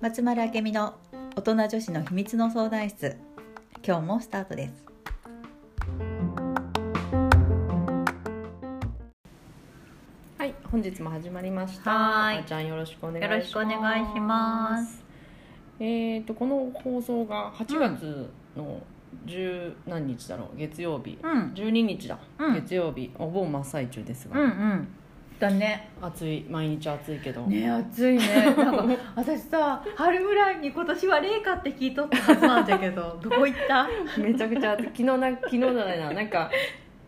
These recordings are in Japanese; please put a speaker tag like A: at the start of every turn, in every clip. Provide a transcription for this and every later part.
A: 松丸明美の大人女子の秘密の相談室今日もスタートです
B: はい、本日も始まりました。
A: はーい
B: あちゃんよろしくお願いし
A: よ
B: ます。
A: ろしくお願いします。
B: えっ、とこの放送が8月の十何日だろう、月曜日。
A: うん
B: 12日だ、
A: うん
B: 月曜日お盆真っ最中ですが、
A: んだね
B: 暑い毎日暑いけど、
A: ね暑い ねなんか私さ春ぐらいに今年は冷夏って聞いとったはずなんだけ どどこ行った
B: めちゃくちゃ暑い昨日な昨日じゃないななんか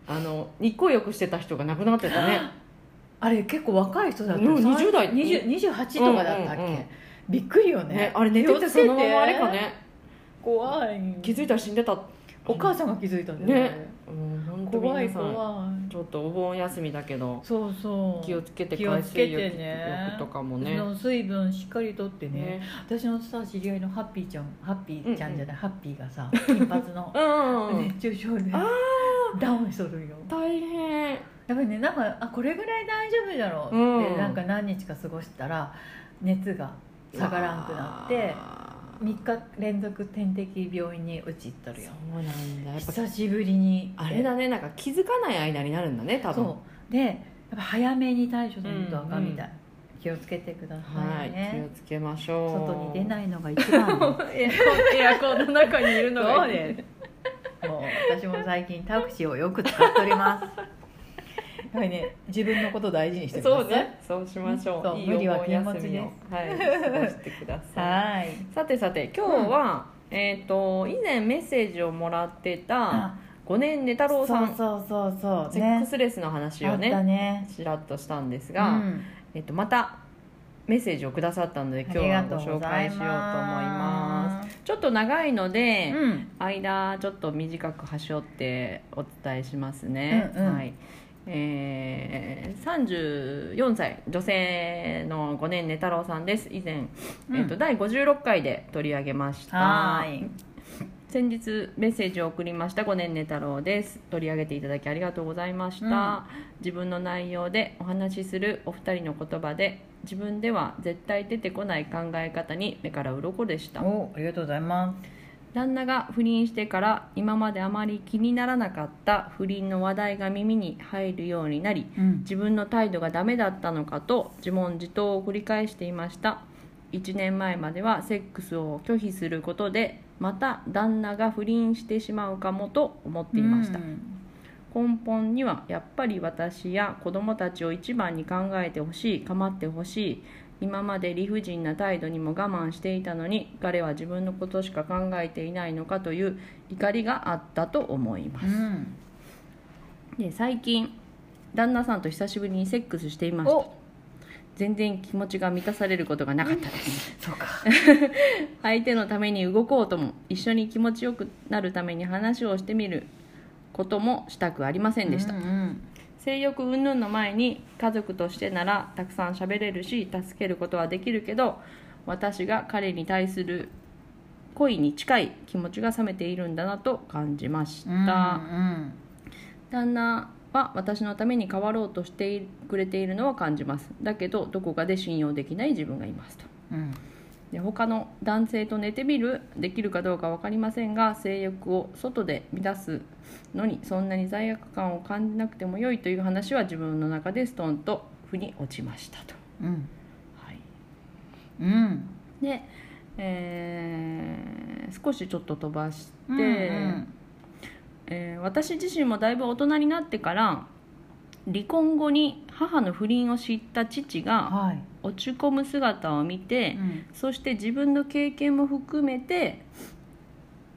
B: あの日光浴してた人が亡くなってた ね
A: あれ結構若い人だった
B: うん20代
A: 20 28とかだったっけ、
B: うんうんうん
A: びっくりよね
B: ねあれ寝て
A: 気
B: て
A: をつ
B: そ
A: け
B: のままあれかね
A: 怖い
B: 気づいたら死んでた、
A: お母さんが気づいたんだよね
B: ねうん、本当
A: 怖
B: 皆
A: い
B: さん
A: 怖い
B: ちょっとお盆休みだけど
A: そうそう
B: 気をつけて
A: 気を
B: 海
A: つけ
B: 水浴
A: てね
B: とかも
A: そ
B: ね
A: の水分しっかりとってね
B: ね
A: 私のさ知り合いのハッピーちゃんハッピーちゃんじゃない、ハッピーがさ金髪の
B: うん うんうん
A: 熱中症で
B: あ
A: ダウンしとるよ
B: 大変
A: だからねなんかあこれぐらい大丈夫だろうって、
B: うん
A: なんか何日か過ごしたら熱が下がらんくなって3日連続点滴病院にうち行っとるよ
B: そうなんだやっぱ
A: 久しぶりに
B: あれだねなんか気づかない間になるんだね多分
A: そうでやっぱ早めに対処するとあかんみたい、気をつけてくださ
B: はいい、
A: ね、
B: 気をつけましょう
A: 外に出
B: い
A: ないのが一番 よ
B: エアコンの中にいるの
A: そ
B: が
A: う
B: いい
A: ですもう私も最近タクシーをよく使っておりますやっぱりね自分のこと大事にしてください
B: そうねそうしましょ
A: そう
B: ういい
A: 無理は禁物
B: お盆休みを
A: で
B: はい過ごしてください
A: はい
B: さてさて今日は、えっ、と以前メッセージをもらってた五年寝太郎さん
A: そうそうそうそう
B: セック
A: ね
B: スレスの話を
A: あった
B: ね
A: ね
B: ちらっとしたんです
A: う
B: が、
A: ん
B: えっと、またメッセージをくださったので今日はご紹介しようと思います
A: す
B: ちょっと長いので、
A: うん
B: 間ちょっと短く端折ってお伝えしますね、
A: うんうん
B: はいえー、34歳女性の5年寝太郎さんです以前、
A: うん
B: えっと第56回で取り上げました
A: はーい
B: 先日メッセージを送りました5年寝太郎です取り上げていただきありがとうございました、
A: うん
B: 自分の内容でお話しするお二人の言葉で自分では絶対出てこない考え方に目から鱗でした
A: おありがとうございます
B: 旦那が不倫してから今まであまり気にならなかった不倫の話題が耳に入るようになり
A: うん
B: 自分の態度がダメだったのかと自問自答を繰り返していました1年前まではセックスを拒否することでまた旦那が不倫してしまうかもと思っていました、根本にはやっぱり私や子供たちを一番に考えてほしい構ってほしい今まで理不尽な態度にも我慢していたのに彼は自分のことしか考えていないのかという怒りがあったと思います
A: う、ん
B: で最近旦那さんと久しぶりにセックスしていました
A: お
B: 全然気持ちが満たされることがなかった です
A: そうか
B: 相手のために動こうとも一緒に気持ちよくなるために話をしてみることもしたくありませんでした、
A: うんうん
B: 性欲云々の前に家族としてならたくさん喋れるし助けることはできるけど私が彼に対する恋に近い気持ちが冷めているんだなと感じました、
A: うん
B: 旦那は私のために変わろうとしてくれているのは感じますだけどどこかで信用できない自分がいますと
A: うん
B: で他の男性と寝てみるできるかどうか分かりませんが性欲を外で乱すのにそんなに罪悪感を感じなくても良いという話は自分の中でストンと腑に落ちましたと、
A: うん
B: はい、
A: うん
B: で、えー少しちょっと飛ばして、
A: うんうん
B: えー私自身もだいぶ大人になってから離婚後に母の不倫を知った父が
A: はい
B: 落ち込む姿を見て、
A: うん
B: そして自分の経験も含めて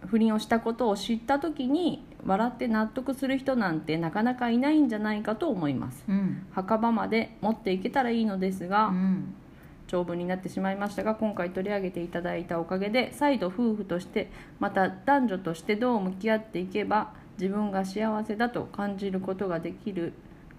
B: 不倫をしたことを知った時に笑って納得する人なんてなかなかいないんじゃないかと思います
A: うん
B: 墓場まで持っていけたらいいのですが、
A: うん
B: 長文になってしまいましたが今回取り上げていただいたおかげで再度夫婦としてまた男女としてどう向き合っていけば自分が幸せだと感じることができる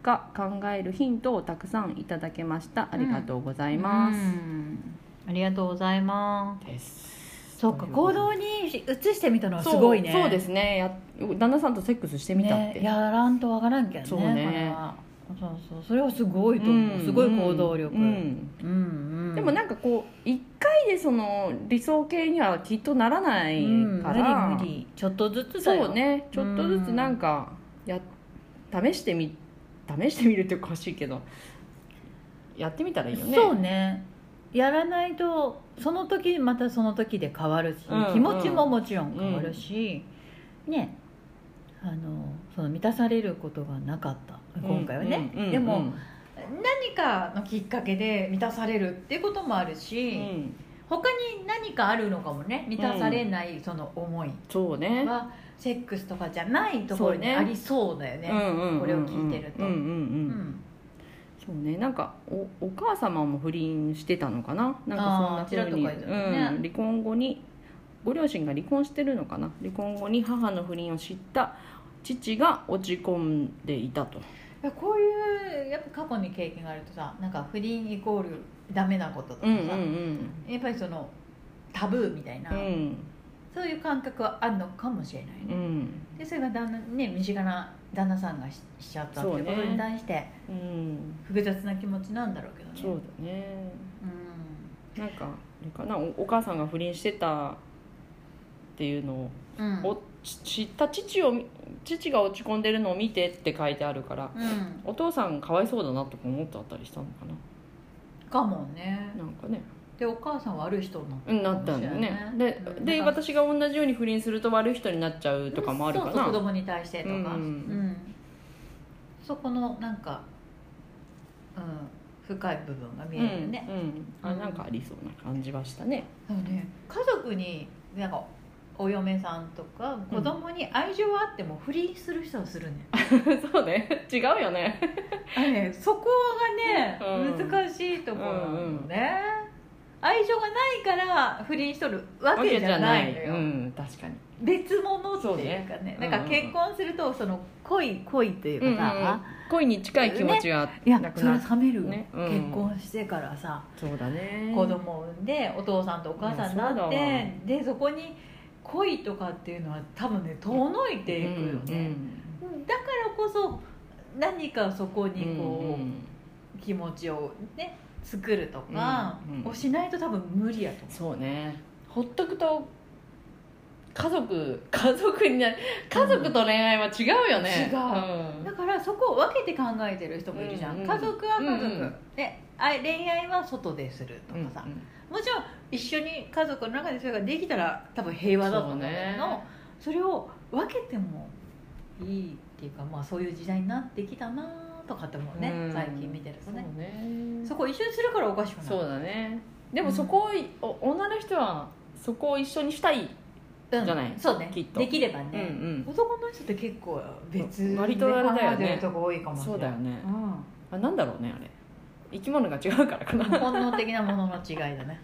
B: か考えるヒントをたくさんいただけましたありがとうございます、
A: うんありがとうございます
B: です
A: そうか行動に移してみたのはす
B: そう
A: ごいね
B: そうですすねや旦那さんとセックスしてみたって、
A: ねやらんとわからんけどね
B: そうね
A: これはそうそうそれはすごいと思う、
B: うん
A: すごい行動力、う
B: う
A: ん
B: ん
A: うん
B: でもなんかこう一回でその理想形にはきっとならない
A: うん
B: か
A: 無
B: ら、
A: 理無理ちょっとずつだよ
B: そうねちょっとずつなんかや試してみ試してみるっておかしいけどやってみたらいいよね
A: そうねやらないとその時またその時で変わるし、
B: うんうん
A: 気持ちももちろん変わるし、ねあのその満たされることがなかった今回はね、
B: うんうんうん
A: でも、何かのきっかけで満たされるっていうこともあるし、
B: うん
A: 他に何かあるのかもね満たされないその思い
B: そうね
A: は、セックスとかじゃないところ
B: そう
A: に
B: ね
A: ありそうだよね
B: うんうんうんうん
A: これを聞いてると
B: うんうんうん
A: うん
B: そうねなんかおお母様も不倫してたのかななん
A: あ
B: か
A: ー
B: そんな風に
A: ちらっと書いてあるね
B: うん、離婚後にご両親が離婚してるのかな離婚後に母の不倫を知った父が落ち込んでいたと
A: いやこういうやっぱ過去に経験があるとさなんか不倫イコールダメなこととか
B: う
A: さ、
B: んうん
A: やっぱりそのタブーみたいな、
B: うんうん
A: そういう感覚はあるのかもしれない、
B: う
A: ね
B: ん
A: でそれが旦那ね身近な旦那さんがししちゃったっていうこと
B: そうね
A: に対して
B: うん
A: 複雑な気持ちなんだろうけどね
B: そうだね
A: う
B: なんかあれかなおお母さんが不倫してたっていうのを、
A: んうん
B: おち知った父を見父が落ち込んでるのを見てって書いてあるから
A: うん、
B: お父さんかわいそうだなとか思ってあったりしたのかな
A: かもね
B: なんかね
A: でお母さん悪い人になったかも
B: うんなったん
A: し
B: だ
A: れ
B: よ
A: ない
B: ねで
A: うん
B: で
A: なんか
B: 私が同じように不倫すると悪い人になっちゃうとかもあるか
A: そうそう子
B: な
A: 供に対してとか、
B: うん
A: うんそこのなんか、うん、深い部分が見
B: う
A: え
B: ん、
A: るよね、
B: うん、あなんかありそうな感じはした ね
A: だからね家族になんかお嫁さんとか子供に愛情はあっても不倫する人はするね、
B: そうね違うよね
A: あのねそこがね、
B: うん
A: 難しいところなのよね、愛情がないから不倫しとるわけじゃないのよ、
B: うん確かに
A: 別物っていうかね
B: そうね
A: なんか
B: うんうん
A: 結婚するとその恋恋といううんかさ、
B: 恋に近い気持ちが
A: いや
B: なく
A: それ
B: な
A: は
B: っ
A: 冷めるよ、
B: ねうん
A: 結婚してからさ
B: そうだね
A: 子供を産んでお父さんとお母さんにな
B: うんそう
A: っ
B: だわ
A: てでそこに恋とかっていうのは多分ね遠のいていくよね、だからこそ何かそこ
B: うんうん
A: にこ
B: うん
A: う気持ちをね作るとか
B: うんうん
A: をしないと多分無理やと思
B: そうねほっとくと家族家族になる家族と恋愛は違うよね、
A: 違うんだからそこを分けて考えてる人もいるじゃん、
B: うんうん
A: 家族は家族、
B: うんうん
A: であ恋愛は外でするとかさ、もちろん一緒に家族の中でそれができたら多分平和だと思うんだけ
B: そう
A: ど
B: ね
A: それを分けてもいいっていうか、まあ、そういう時代になってきたなとかって思うね、
B: うん
A: 最近見てると
B: そう
A: ね
B: ね
A: そこ一緒にするからおかしくない
B: そうだねでもそこを、お女の人はそこを一緒にした
A: う
B: い、
A: ん
B: じゃない
A: そうね
B: きっと
A: できれば
B: うんう
A: ね、
B: ん
A: 男の人って結構別に
B: 割とあれだよね
A: 考えてるとこ多いかもしれ
B: そう
A: な
B: だ
A: い
B: よね
A: うん
B: あなんだろうねあれ生き物が違うからかな
A: 本能的なものの違いだね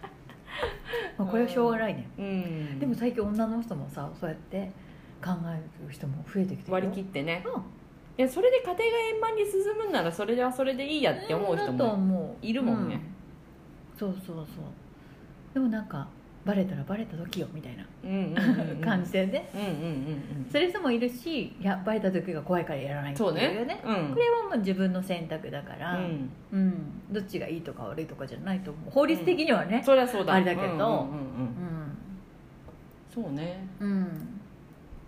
A: まあこれはしょうがないね、
B: うん
A: でも最近女の人もさそうやって考える人も増えてきてるよ
B: 割り切ってね
A: うん
B: いやそれで家庭が円満に進むんならそれはそれでいいやって思う人
A: だと
B: も
A: 思う
B: いるもんね
A: うんそうそうそうでもなんかバレたらバレた時よみたいな
B: うんうんうんうん
A: 感じだよね、
B: うんうんうんうん
A: それ人もいるしいやバレた時が怖いからやらないってい
B: そうう
A: ね
B: ねうん
A: これはもう自分の選択だか
B: う
A: ら、うん
B: ん
A: どっちがいいとか悪いとかじゃないと思う法律的にはね
B: そりゃそうだ
A: あれだけど
B: うんうんうんうん
A: うん
B: そうね
A: うん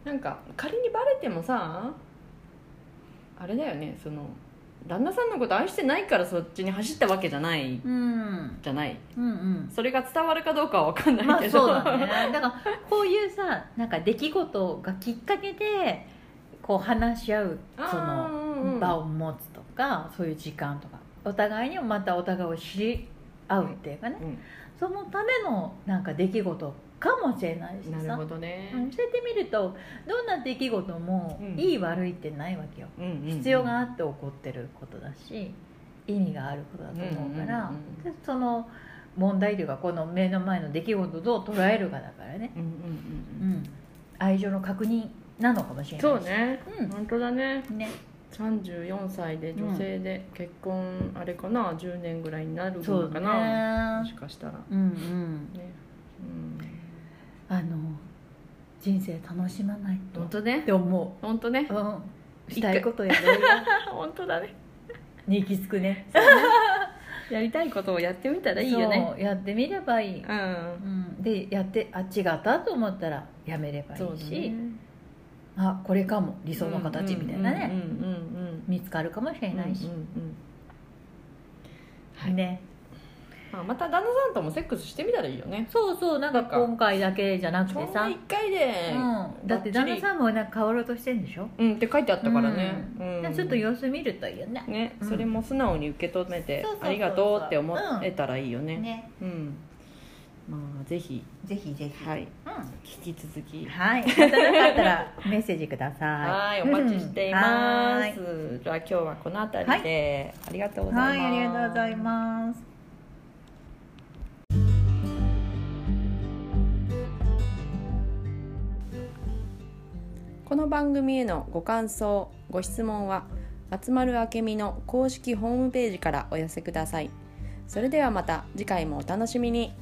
B: なんか仮にバレてもさあれだよねその旦那さんのこと愛してないからそっちに走ったわけじゃない
A: うん
B: じゃない
A: うんうん
B: それが伝わるかどうかは分かんな
A: ま
B: い
A: あ
B: け
A: そ
B: ど
A: うだねだからこういうさなんか出来事がきっかけでこう話し合う
B: あー
A: そ
B: うんう
A: の
B: ん
A: 場を持つとかそういう時間とかお互いにもまたお互いを知り合うっていうかね
B: うん
A: そのためのなんか出来事かもしれないし
B: なる
A: さ
B: ほどね
A: うんそうやってみるとどんな出来事も
B: うん
A: いい悪いってないわけよ
B: うんうんうん
A: 必要があって起こってることだし意味があることだと思うから
B: うんうんうん
A: でその問題というかこの目の前の出来事をどう捉えるかだからね
B: うんうん
A: う
B: うん
A: ん、愛情の確認なのかもし
B: うん
A: れ
B: そ
A: な
B: う
A: いし
B: ね本当だね
A: うんね
B: 34歳で女性で結婚あれかな10年ぐらいになる
A: そう
B: のかなも
A: だ
B: し
A: ね
B: かしたらね
A: うんうん
B: うん
A: あの人生楽しまないとっ
B: 当ね
A: て思
B: 本当ね
A: う、うん、
B: 一
A: し
B: 回
A: たいことやろうよ
B: 本当だね
A: に行き着くね
B: やりたいことをやってみたらいいよね
A: そうやってみればいい、
B: う
A: うんん、でやってあ違ったと思ったらやめれば
B: そ
A: いうい
B: だ
A: し、
B: ね
A: あこれかも理想の形みたいなね、
B: うんうんうんうん
A: 見つかるかもしれないし
B: うん、うんうんはい
A: ね
B: まあ、また旦那さんともセックスしてみたらいいよね
A: そうそうなんか今回だけじゃなく
B: そ
A: て
B: んな
A: さ
B: 1回で、
A: うん、だって旦那
B: ん
A: さんもなんか変わろうとしてんでしょ
B: うんって書いてあったからね、
A: うん
B: うん
A: ちょっと様子見るといいよね
B: ね、
A: うん
B: それも素直に受け止めて
A: そうそうそうそう
B: ありがとうって思えたらいいよね,、
A: ね
B: うんまあぜひ
A: ぜひぜひ
B: はい
A: うん
B: 引き続き
A: はいまたなかったらメッセージくださ
B: はいいお待ちしていま
A: う
B: す、
A: んは
B: じゃあ今日はこの辺りで、ありがとうございます
A: はいありがとうございます
B: この番組へのご感想ご質問は集まるあけみの公式ホームページからお寄せくださいそれではまた次回もお楽しみに